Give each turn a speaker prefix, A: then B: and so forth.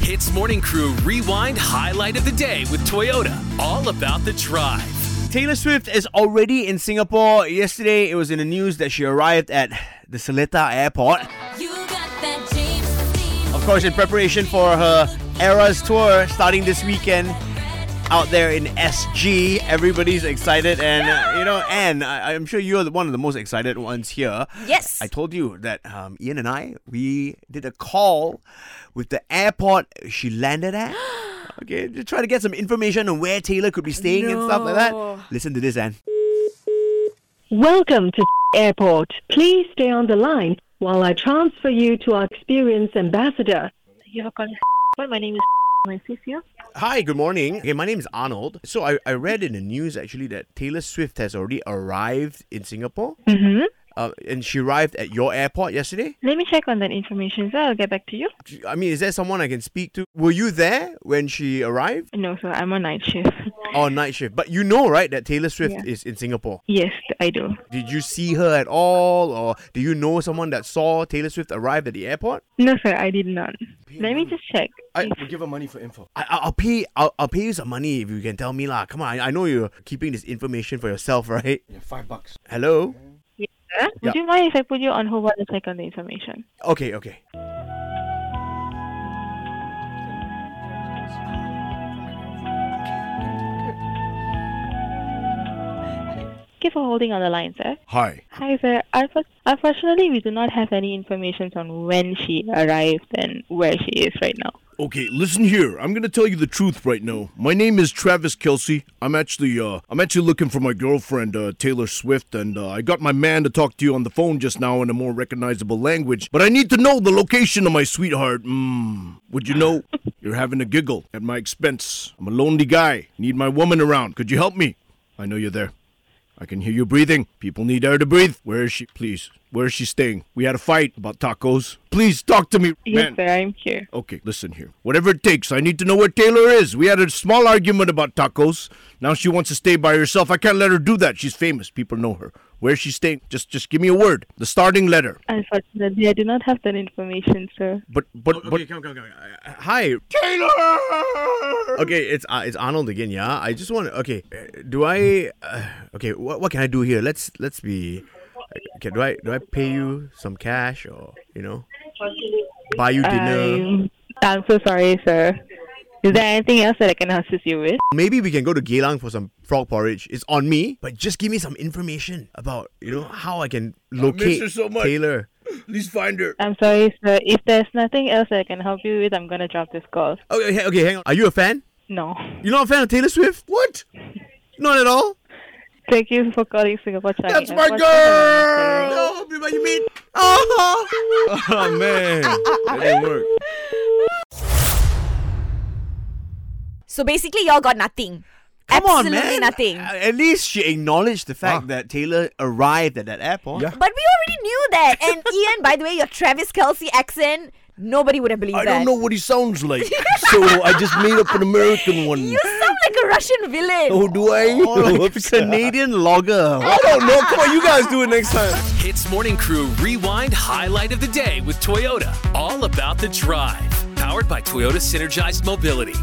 A: Hits Morning Crew Rewind Highlight of the Day with Toyota. All about the drive.
B: Taylor Swift is already in Singapore. Yesterday, it was in the news that she arrived at the Seletar Airport.
C: You got that James Dean.
B: Of course, in preparation for her Eras tour starting this weekend out there in SG. Everybody's excited, and uh, you know, Anne, I- I'm sure you're the- one of the most excited ones here.
D: Yes.
B: I told you that um, Ian and I we did a call with the airport she landed at. Okay, to try to get some information on where Taylor could be staying and stuff like
D: No.
B: that. Listen to this, Anne.
E: Welcome to airport. Please stay on the line while I transfer you to our experienced ambassador.
F: You have called but my name is my assist here.
B: Hi, good morning. Okay, my name is Arnold. So I, I read in the news actually that Taylor Swift has already arrived in Singapore.
F: Mm-hmm.
B: Uh, and she arrived at your airport yesterday.
F: Let me check on that information, sir. I'll get back to you.
B: I mean, is there someone I can speak to? Were you there when she arrived?
F: No, sir, I'm on night shift.
B: Oh, night shift. But you know, right, that Taylor Swift
F: Yeah.
B: is in Singapore.
F: yes, I do.
B: Did you see her at all? Or do you know someone that saw Taylor Swift arrive at the airport?
F: No, sir, I did not. Let me just check.
B: I-
G: We'll give her money for info.
B: I, I'll pay. I'll, I'll pay you some money if you can tell me, lah. Come on, I, I know you're keeping this information for yourself, right?
G: Yeah, five bucks.
B: Hello.
F: Sir, Would you mind if I put you on hold while I check on the information?
B: Okay, okay.
F: Thank you for holding on the line, sir.
G: Hi.
F: Hi, sir. Unfor- Unfortunately, we do not have any information on when she arrived and where she is right now.
G: Okay, listen here. I'm gonna tell you the truth right now. My name is Travis Kelsey. I'm actually uh I'm actually looking for my girlfriend uh, Taylor Swift, and uh, I got my man to talk to you on the phone just now in a more recognizable language. But I need to know the location of my sweetheart. Mmm. Would you know? You're having a giggle at my expense. I'm a lonely guy. Need my woman around. Could you help me? I know you're there. I can hear you breathing. People need air to breathe. Where is she, please? Where is she staying? We had a fight about tacos. Please talk to me,
F: Yes,
G: man.
F: sir, I'm here.
G: Okay, listen here. Whatever it takes, I need to know where Taylor is. We had a small argument about tacos. Now she wants to stay by herself. I can't let her do that. She's famous. People know her. Where's she staying? Just just give me a word. The starting letter.
F: Unfortunately, I do not have that information, sir.
G: But but but
B: come, come, come. Hi.
G: Taylor.
B: Okay, it's uh, it's Arnold again. Yeah, I just want. to Okay, uh, do I? Uh, okay, what what can I do here? Let's let's be. Okay, do I do I pay you some cash or you know buy you dinner?
F: I'm, I'm so sorry, sir. Is there anything else that I can assist you with?
B: Maybe we can go to Geylang for some frog porridge. It's on me, but just give me some information about you know how I can locate
G: her so much.
B: Taylor.
G: Please find her.
F: I'm sorry, sir. If there's nothing else that I can help you with, I'm gonna drop this call.
B: Okay, okay, okay, hang on. Are you a fan?
F: No.
B: You're not a fan of Taylor Swift? What? Not at all.
F: Thank you for calling Singapore Chinese.
G: That's my
F: What's the
G: girl.
B: No, but you mean? Oh.
G: Oh man. That didn't work.
D: So basically, y'all got nothing.
B: Come
D: Absolutely
B: on, man.
D: nothing.
B: A- At least she acknowledged the fact that Taylor arrived at that airport.
G: Ah. Yeah.
D: But we already knew that. And Ian, by the way, your Travis Kelsey accent, nobody would have believed
G: I
D: that.
G: don't know what he sounds like. so I just made up an American one.
D: You sound like a Russian villain.
G: oh, do I?
B: Or like a
G: Whoops.
B: Canadian logger.
G: I don't know. Come on, you guys do it next time.
A: Hits Morning Crew Rewind Highlight of the Day with Toyota. All about the drive. Powered by Toyota Synergized Mobility.